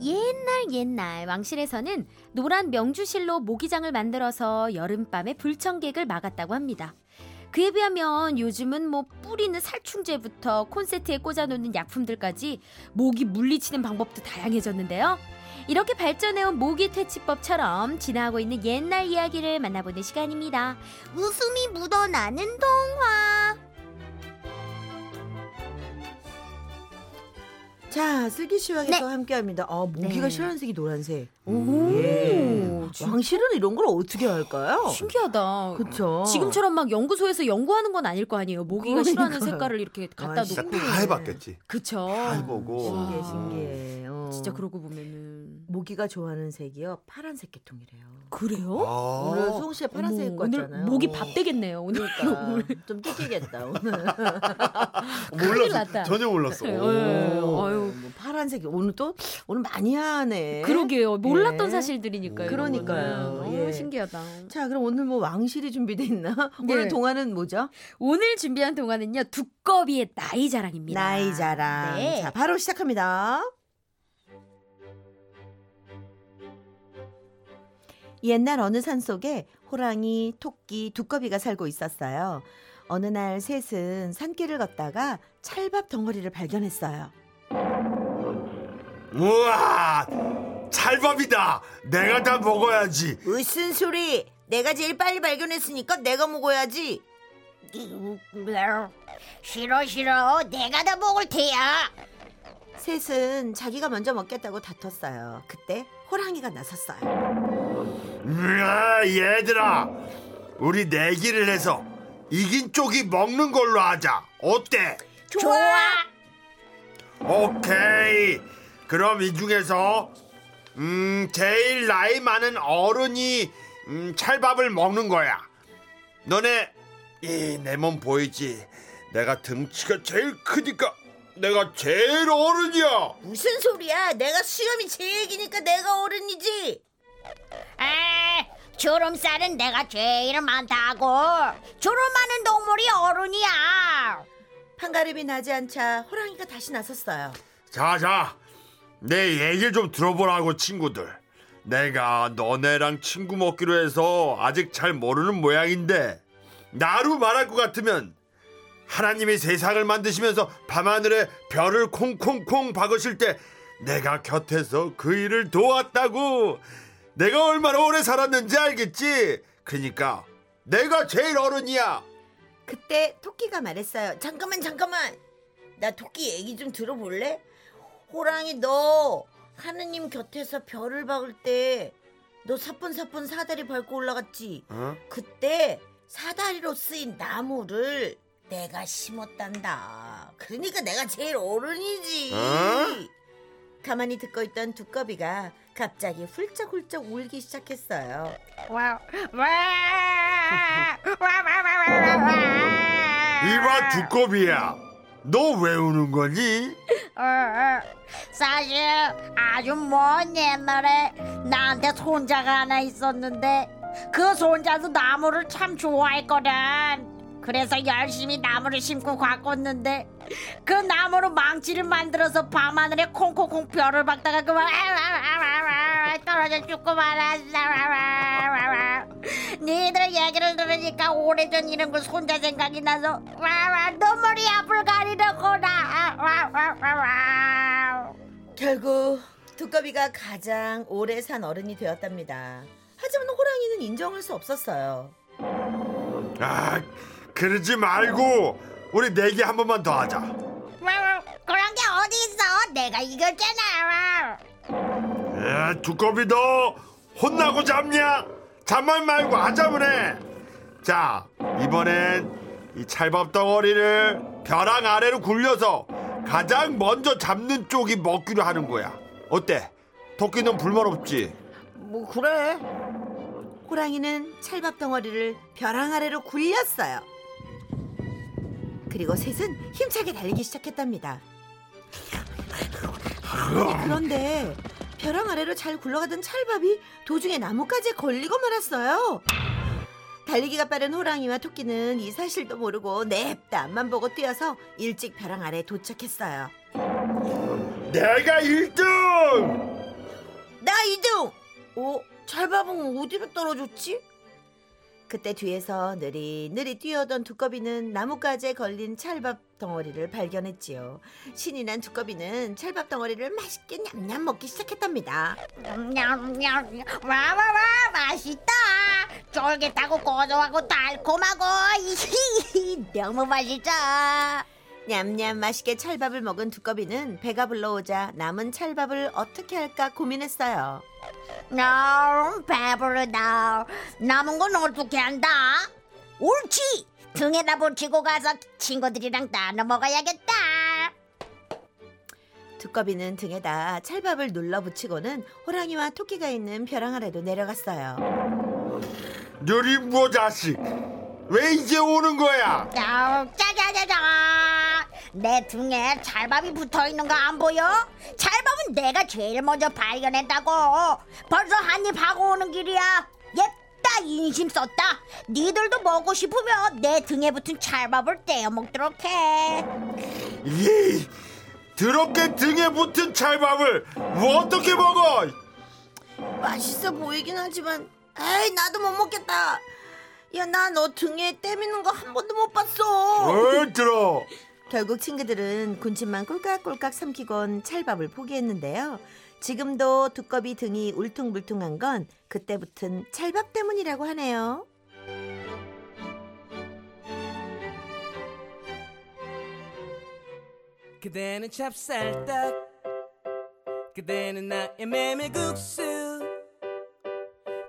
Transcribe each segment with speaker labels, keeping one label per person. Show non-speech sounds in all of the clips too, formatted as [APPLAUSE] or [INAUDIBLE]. Speaker 1: 정말 옛날 왕실에서는 노란 명주실로 모기장을 만들어서 여름밤에 불청객을 막았다고 합니다. 그에 비하면 요즘은 뭐 뿌리는 살충제부터 콘센트에 꽂아놓는 약품들까지 모기 물리치는 방법도 다양해졌는데요. 이렇게 발전해온 모기 퇴치법처럼 지나고 있는 옛날 이야기를 만나보는 시간입니다.
Speaker 2: 웃음이 묻어나는 동화.
Speaker 3: 자, 슬기 씨와 계속 함께합니다. 아, 모기가
Speaker 1: 네.
Speaker 3: 실란색이 노란색.
Speaker 1: 오,
Speaker 4: 음.
Speaker 3: 예.
Speaker 1: 진-
Speaker 3: 왕실은 이런 걸 어떻게 할까요?
Speaker 1: 신기하다.
Speaker 3: 그렇죠.
Speaker 1: 지금처럼 막 연구소에서 연구하는 건 아닐 거 아니에요. 모기가
Speaker 3: 그러니까.
Speaker 1: 싫어하는 색깔을 이렇게 갖다
Speaker 3: 진짜
Speaker 4: 진짜
Speaker 1: 놓고.
Speaker 3: 다
Speaker 4: 다 해봤겠지.
Speaker 1: 그쵸.
Speaker 4: 다 해보고.
Speaker 3: 신기해,
Speaker 1: 와.
Speaker 3: 신기해. 어.
Speaker 1: 아. 진짜 그러고 보면은.
Speaker 3: 모기가 좋아하는 색이요. 파란색 계통이래요.
Speaker 4: 아,
Speaker 1: 그래요?
Speaker 3: 오늘 수홍 씨가 파란색
Speaker 1: 어? 어머,
Speaker 3: 입고
Speaker 1: 아. 오늘
Speaker 3: 왔잖아요.
Speaker 1: 목이
Speaker 3: 어.
Speaker 1: 밥 되겠네요. [LAUGHS] 오늘
Speaker 3: 그러니까 좀 뜯기겠다 오늘.
Speaker 1: 큰일
Speaker 4: 몰랐어.
Speaker 1: 났다.
Speaker 4: 전혀 몰랐어.
Speaker 1: 네,
Speaker 4: 오.
Speaker 1: 네.
Speaker 3: 오,
Speaker 1: 아유.
Speaker 3: 뭐 파란색이 오늘 또 오늘 많이 하네.
Speaker 1: 그러게요. 몰랐던
Speaker 3: 예.
Speaker 1: 사실들이니까요.
Speaker 3: 그러니까요.
Speaker 1: 이거는. 어우,
Speaker 3: 예.
Speaker 1: 신기하다.
Speaker 3: 자, 그럼 오늘 뭐 왕실이 준비돼 있나?
Speaker 1: 네.
Speaker 3: 오늘 동화는 뭐죠?
Speaker 1: 오늘 준비한 동화는요. 두꺼비의 나이 자랑입니다.
Speaker 3: 나이 자랑.
Speaker 1: 네.
Speaker 3: 자, 바로 시작합니다. 옛날 어느 산 속에 호랑이, 토끼, 두꺼비가 살고 있었어요. 어느 날 셋은 산길을 걷다가 찰밥 덩어리를 발견했어요.
Speaker 4: 우와, 찰밥이다. 내가 다 먹어야지.
Speaker 3: 무슨 소리? 내가 제일 빨리 발견했으니까 내가 먹어야지.
Speaker 2: 싫어 싫어 내가 다 먹을 테야.
Speaker 3: 셋은 자기가 먼저 먹겠다고 다퉜어요. 그때 호랑이가 나섰어요.
Speaker 4: 으아, 얘들아, 우리 내기를 해서 이긴 쪽이 먹는 걸로 하자. 어때?
Speaker 2: 좋아.
Speaker 4: 오케이. 그럼 이 중에서 음 제일 나이 많은 어른이 음, 찰밥을 먹는 거야. 너네 이 내 몸 보이지? 내가 등치가 제일 크니까 내가 제일 어른이야.
Speaker 3: 무슨 소리야? 내가 수염이 제일 기니까 내가 어른이지.
Speaker 2: 아, 주름살은 내가 제일 많다고. 주름하는 동물이 어른이야.
Speaker 3: 판가름이 나지 않자 호랑이가 다시 나섰어요.
Speaker 4: 자자, 내 얘기 좀 들어보라고 친구들. 내가 너네랑 친구 먹기로 해서 아직 잘 모르는 모양인데 나루 말할 것 같으면 하나님이 세상을 만드시면서 밤하늘에 별을 콩콩콩 박으실 때 내가 곁에서 그 일을 도왔다고 내가 얼마나 오래 살았는지 알겠지? 그러니까 내가 제일 어른이야.
Speaker 3: 그때 토끼가 말했어요. 잠깐만 잠깐만. 나 토끼 얘기 좀 들어볼래? 호랑이 너 하느님 곁에서 별을 박을 때 너 사뿐사뿐 사다리 밟고 올라갔지.
Speaker 4: 어?
Speaker 3: 그때 사다리로 쓰인 나무를 내가 심었단다. 그러니까 내가 제일 어른이지.
Speaker 4: 어?
Speaker 3: 가만히 듣고 있던 두꺼비가 갑자기 훌쩍훌쩍 울기 시작했어요.
Speaker 2: 와, 와, 와, 와, 와, 와, 와.
Speaker 4: 이봐 두꺼비야, 너 왜 우는 거니?
Speaker 2: 어, 어. 사실 아주 먼 옛날에 나한테 손자가 하나 있었는데 그 손자도 나무를 참 좋아했거든. 그래서 열심히 나무를 심고 가꿨는데 그 나무로 망치를 만들어서 밤하늘에 콩콩콩 별을 박다가 그만 아, 아, 아, 아, 아, 떨어져 죽고 말았어. 아, 아, 아, 아. 니들 얘기를 들으니까 오래전 이런 걸 손자 생각이 나서 와와 눈물이 앞을 가리는구나 아, 와와와와
Speaker 3: 결국 두꺼비가 가장 오래 산 어른이 되었답니다. 하지만 호랑이는 인정할 수 없었어요.
Speaker 4: 아, 그러지 말고 우리 내기 한 번만 더 하자.
Speaker 2: 그런 게 어디 있어 내가 이겼잖아 와.
Speaker 4: 에, 두꺼비 너 혼나고 잡냐? 잠만 말고 하자면 해. 자, 이번엔 이 찰밥 덩어리를 벼랑 아래로 굴려서 가장 먼저 잡는 쪽이 먹기로 하는 거야. 어때? 토끼는 불만 없지?
Speaker 3: 뭐 그래. 호랑이는 찰밥 덩어리를 벼랑 아래로 굴렸어요. 그리고 셋은 힘차게 달리기 시작했답니다. 그런데 벼랑 아래로 잘 굴러가던 찰밥이 도중에 나뭇가지에 걸리고 말았어요. 달리기가 빠른 호랑이와 토끼는 이 사실도 모르고 냅다 앞만 보고 뛰어서 일찍 벼랑 아래에 도착했어요.
Speaker 4: 내가 1등!
Speaker 5: 나 이등! 어? 잘 봐보면 어디로 떨어졌지? 그때 뒤에서 느릿느릿 뛰어오던 두꺼비는 나뭇가지에 걸린 찰밥 덩어리를 발견했지요. 신이 난 두꺼비는 찰밥 덩어리를 맛있게 냠냠 먹기 시작했답니다.
Speaker 2: 냠냠냠 와와와 맛있다 쫄깃하고 고소하고 달콤하고 [LAUGHS] 히히 너무 맛있다
Speaker 5: 냠냠 맛있게 찰밥을 먹은 두꺼비는 배가 불러오자 남은 찰밥을 어떻게 할까 고민했어요.
Speaker 2: 너무 배부르다 남은 건 어떻게 한다 옳지 등에다 붙이고 가서 친구들이랑 나눠 먹어야겠다
Speaker 5: 두꺼비는 등에다 찰밥을 눌러 붙이고는 호랑이와 토끼가 있는 벼랑 아래로 내려갔어요.
Speaker 4: 느림보 자식 왜 이제 오는 거야?
Speaker 2: 아우, 짜자자자 내 등에 찰밥이 붙어있는 거 안 보여? 찰밥은 내가 제일 먼저 발견했다고 벌써 한입 하고 오는 길이야 옛다 인심 썼다 니들도 먹고 싶으면 내 등에 붙은 찰밥을 떼어먹도록 해
Speaker 4: 이 더럽게 등에 붙은 찰밥을 어떻게 먹어?
Speaker 5: 맛있어 보이긴 하지만 에이 나도 못 먹겠다. 야 나 너 등에 때미는 거 한 번도 못 봤어.
Speaker 4: 어 들어
Speaker 5: 결국 친구들은 군침만 꿀깍꿀깍 삼키곤 찰밥을 포기했는데요. 지금도 두꺼비 등이 울퉁불퉁한 건 그때 붙은 찰밥 때문이라고 하네요.
Speaker 6: 그대는 찹쌀떡 그대는 나의 메밀국수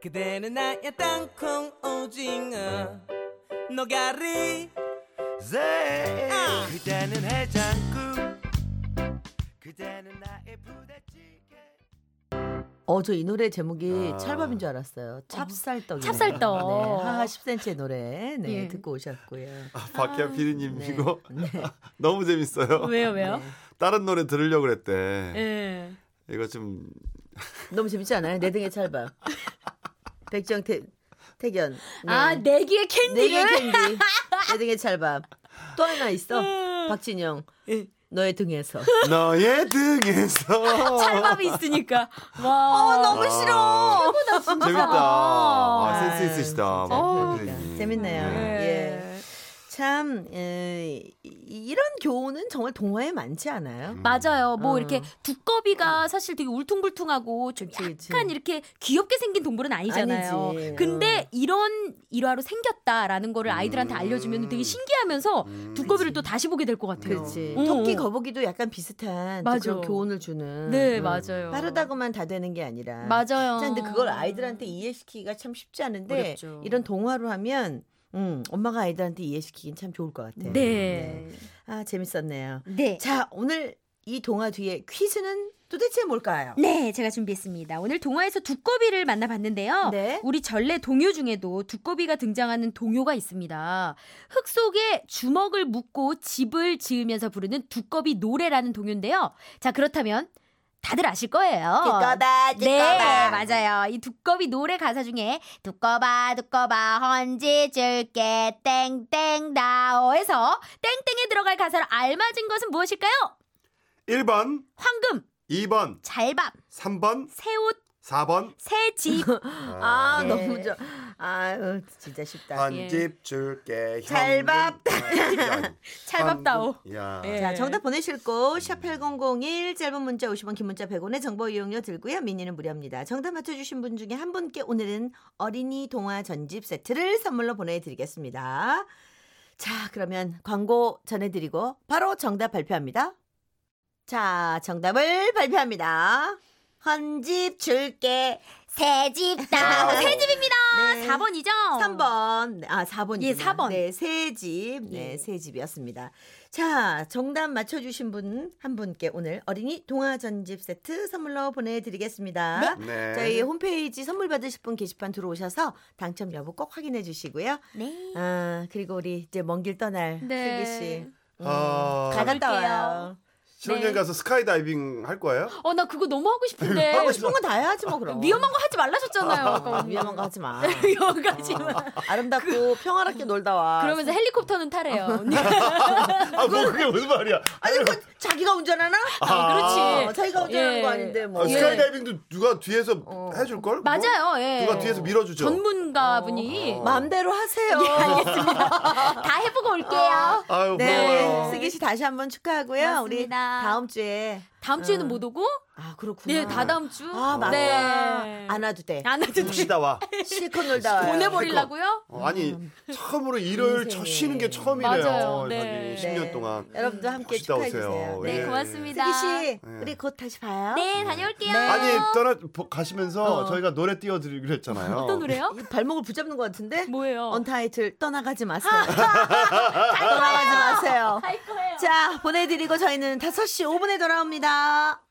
Speaker 6: 그대는 나의 땅콩 오징어 노가리
Speaker 7: 네. 그대는 해장국 그대는 나의 부대찌개
Speaker 3: 어 저 이 노래 제목이 찰밥인 줄 알았어요. 찹쌀떡.
Speaker 1: 찹쌀떡.
Speaker 3: 네, 하하 10cm의 노래 네,
Speaker 1: 예.
Speaker 3: 듣고 오셨고요.
Speaker 4: 박희아 피디님
Speaker 3: 네.
Speaker 4: 이거 [LAUGHS] 너무 재밌어요.
Speaker 1: 왜요, 왜요?
Speaker 4: 다른 노래 들으려고 그랬대.
Speaker 3: 네.
Speaker 1: 예.
Speaker 4: 이거 좀
Speaker 3: 너무 재밌지 않아요? 내 등에 찰밥. 백정 태, 태견. 네.
Speaker 1: 아, 내기의
Speaker 3: 내게
Speaker 1: 캔디를
Speaker 3: 캔디. 내 등에 찰밥. 또 하나 있어.
Speaker 1: 음.
Speaker 3: 박진영.
Speaker 1: 예.
Speaker 3: 너의 등에서.
Speaker 4: 너의 등에서
Speaker 1: [LAUGHS] 찰밥이
Speaker 3: [LAUGHS]
Speaker 1: 있으니까. 와.
Speaker 4: 너무 싫어. 재밌다. 아, 센스 있으시다. 박희아
Speaker 3: 그러니까.
Speaker 4: 피디님.
Speaker 3: 재밌네요.
Speaker 4: 네.
Speaker 3: 예. 참 에, 이- 이런 교훈은 정말 동화에 많지 않아요?
Speaker 1: 맞아요. 뭐
Speaker 3: 어.
Speaker 1: 이렇게 두꺼비가 사실 되게 울퉁불퉁하고 좀
Speaker 3: 그치, 그치.
Speaker 1: 약간 이렇게 귀엽게 생긴 동물은 아니잖아요.
Speaker 3: 아니지. 어.
Speaker 1: 근데 이런 일화로 생겼다라는 거를 아이들한테
Speaker 3: 음.
Speaker 1: 알려주면 되게 신기하면서 두꺼비를 또 다시 보게 될 것 같아요.
Speaker 3: 그렇지.
Speaker 1: 어.
Speaker 3: 토끼 거북이도 약간 비슷한 또
Speaker 1: 맞아.
Speaker 3: 그런 교훈을 주는.
Speaker 1: 네,
Speaker 3: 음.
Speaker 1: 맞아요.
Speaker 3: 빠르다고만 다 되는 게 아니라.
Speaker 1: 맞아요.
Speaker 3: 진짜 근데 그걸 아이들한테 이해시키기가 참 쉽지 않은데
Speaker 1: 어렵죠.
Speaker 3: 이런 동화로 하면 음, 엄마가 아이들한테 이해시키긴 참 좋을 것 같아요.
Speaker 1: 네.
Speaker 3: 아, 재밌었네요.
Speaker 1: 네.
Speaker 3: 자, 오늘 이 동화 뒤에 퀴즈는 도대체 뭘까요?
Speaker 1: 네, 제가 준비했습니다. 오늘 동화에서 두꺼비를 만나봤는데요.
Speaker 3: 네.
Speaker 1: 우리 전래 동요 중에도 두꺼비가 등장하는 동요가 있습니다. 흙 속에 주먹을 묶고 집을 지으면서 부르는 두꺼비 노래라는 동요인데요. 자, 그렇다면 다들 아실 거예요.
Speaker 5: 두꺼봐, 두꺼봐.
Speaker 1: 네, 맞아요. 이 두꺼비 노래 가사 중에 두꺼봐, 두꺼봐, 헌지 줄게, 땡땡 다오에서 땡땡에 들어갈 가사를 알맞은 것은 무엇일까요?
Speaker 4: 1번,
Speaker 1: 황금,
Speaker 4: 2번,
Speaker 1: 잘밥,
Speaker 4: 3번,
Speaker 1: 새옷,
Speaker 4: 4번.
Speaker 1: 새집.
Speaker 3: 아,
Speaker 1: 예.
Speaker 3: 너무 좋아. 아유, 어, 진짜 쉽다.
Speaker 1: 예.
Speaker 4: 한집 줄게. 아,
Speaker 3: 찰밥.
Speaker 1: [LAUGHS] 찰밥다오.
Speaker 4: 야.
Speaker 1: 예.
Speaker 3: 자, 정답 보내실 곳, 샵8001, 짧은 문자 50원, 긴 문자 100원의 정보 이용료 들고요. 미니는 무료입니다. 정답 맞춰주신 분 중에 한 분께 오늘은 어린이 동화 전집 세트를 선물로 보내드리겠습니다. 자, 그러면 광고 전해드리고 바로 정답 발표합니다. 자, 정답을 발표합니다. 헌집 줄게.
Speaker 1: 새집 다
Speaker 4: 아.
Speaker 1: 새집입니다.
Speaker 3: 네.
Speaker 1: 4번이죠?
Speaker 3: 3번. 아, 4번.
Speaker 1: 예, 4번.
Speaker 3: 네, 세 집. 네,
Speaker 1: 예.
Speaker 3: 세 집이었습니다. 자, 정답 맞춰주신 분 한 분께 오늘 어린이 동화 전집 세트 선물로 보내드리겠습니다.
Speaker 4: 네.
Speaker 3: 저희 홈페이지 선물 받으실 분 게시판 들어오셔서 당첨 여부 꼭 확인해 주시고요.
Speaker 1: 네.
Speaker 3: 아, 그리고 우리 이제 먼 길 떠날
Speaker 1: 네.
Speaker 3: 슬기 씨.
Speaker 4: 아,
Speaker 3: 다 갔다
Speaker 1: 음, 가볼게요.
Speaker 3: 와요.
Speaker 1: 네.
Speaker 4: 신혼여행 가서 스카이다이빙 할 거예요?
Speaker 1: [LAUGHS] 어, 나 그거 너무 하고 싶은데.
Speaker 3: 하고 싶은 거 다 해야지 뭐 그럼.
Speaker 1: 위험한 거 하지 하지 말라셨잖아요. 아까 그 언니. [LAUGHS]
Speaker 3: 위험한 거 하지 마.
Speaker 1: 여기까지만.
Speaker 3: 아름답고 평화롭게 놀다 와.
Speaker 1: 그러면서 헬리콥터는 타래요. 언니.
Speaker 4: 아, 뭐 그게 무슨 말이야?
Speaker 3: 아니 그 자기가 운전하나?
Speaker 1: 아,
Speaker 3: 어,
Speaker 1: 그렇지.
Speaker 3: 자기가 운전하는
Speaker 1: 예. 어.
Speaker 3: 거 아닌데 뭐.
Speaker 4: 아, 스카이다이빙도 누가 뒤에서 해줄 걸? 뭐?
Speaker 1: 맞아요. 예.
Speaker 4: 누가 뒤에서 밀어주죠.
Speaker 3: 어.
Speaker 1: 전문가분이
Speaker 3: 마음대로 하세요.
Speaker 1: 다 해보고 올게요.
Speaker 4: 아유
Speaker 3: 네,
Speaker 4: 고마워요.
Speaker 3: 승기 씨 다시 한번 축하하고요. 우리
Speaker 1: 고맙습니다.
Speaker 3: 다음 주에
Speaker 1: 다음 주에는 못 오고
Speaker 3: 아 그렇구나.
Speaker 1: 네, 다 다음 주.
Speaker 3: 아 맞다.
Speaker 1: 네.
Speaker 3: 안 와도 돼.
Speaker 1: 안 해도 돼.
Speaker 4: 시다 와.
Speaker 3: 실컷 놀다
Speaker 1: [LAUGHS]
Speaker 3: 와요.
Speaker 1: 보내버리려고요?
Speaker 4: 어, 아니 처음으로 일요일 첫 쉬는 게 처음이래요.
Speaker 1: 맞아요. 네.
Speaker 4: 자기 10년 동안.
Speaker 3: 여러분도 함께
Speaker 4: 쉬다
Speaker 3: 축하해
Speaker 4: 오세요.
Speaker 3: 주세요.
Speaker 1: 네,
Speaker 4: 예.
Speaker 1: 고맙습니다.
Speaker 3: 승기 씨,
Speaker 4: 네.
Speaker 3: 우리 곧 다시 봐요.
Speaker 1: 네, 다녀올게요.
Speaker 4: 아니 떠나 보- 가시면서 저희가 노래 띄워드리기로 했잖아요.
Speaker 1: 어. 어떤 노래요?
Speaker 3: 이 발목을 붙잡는 것 같은데?
Speaker 1: 뭐예요?
Speaker 3: 언타이틀 떠나가지 마세요. [LAUGHS] 떠나가지 마세요.
Speaker 1: 갈 거예요.
Speaker 3: 자, 보내드리고 저희는 5시 5분에 돌아옵니다.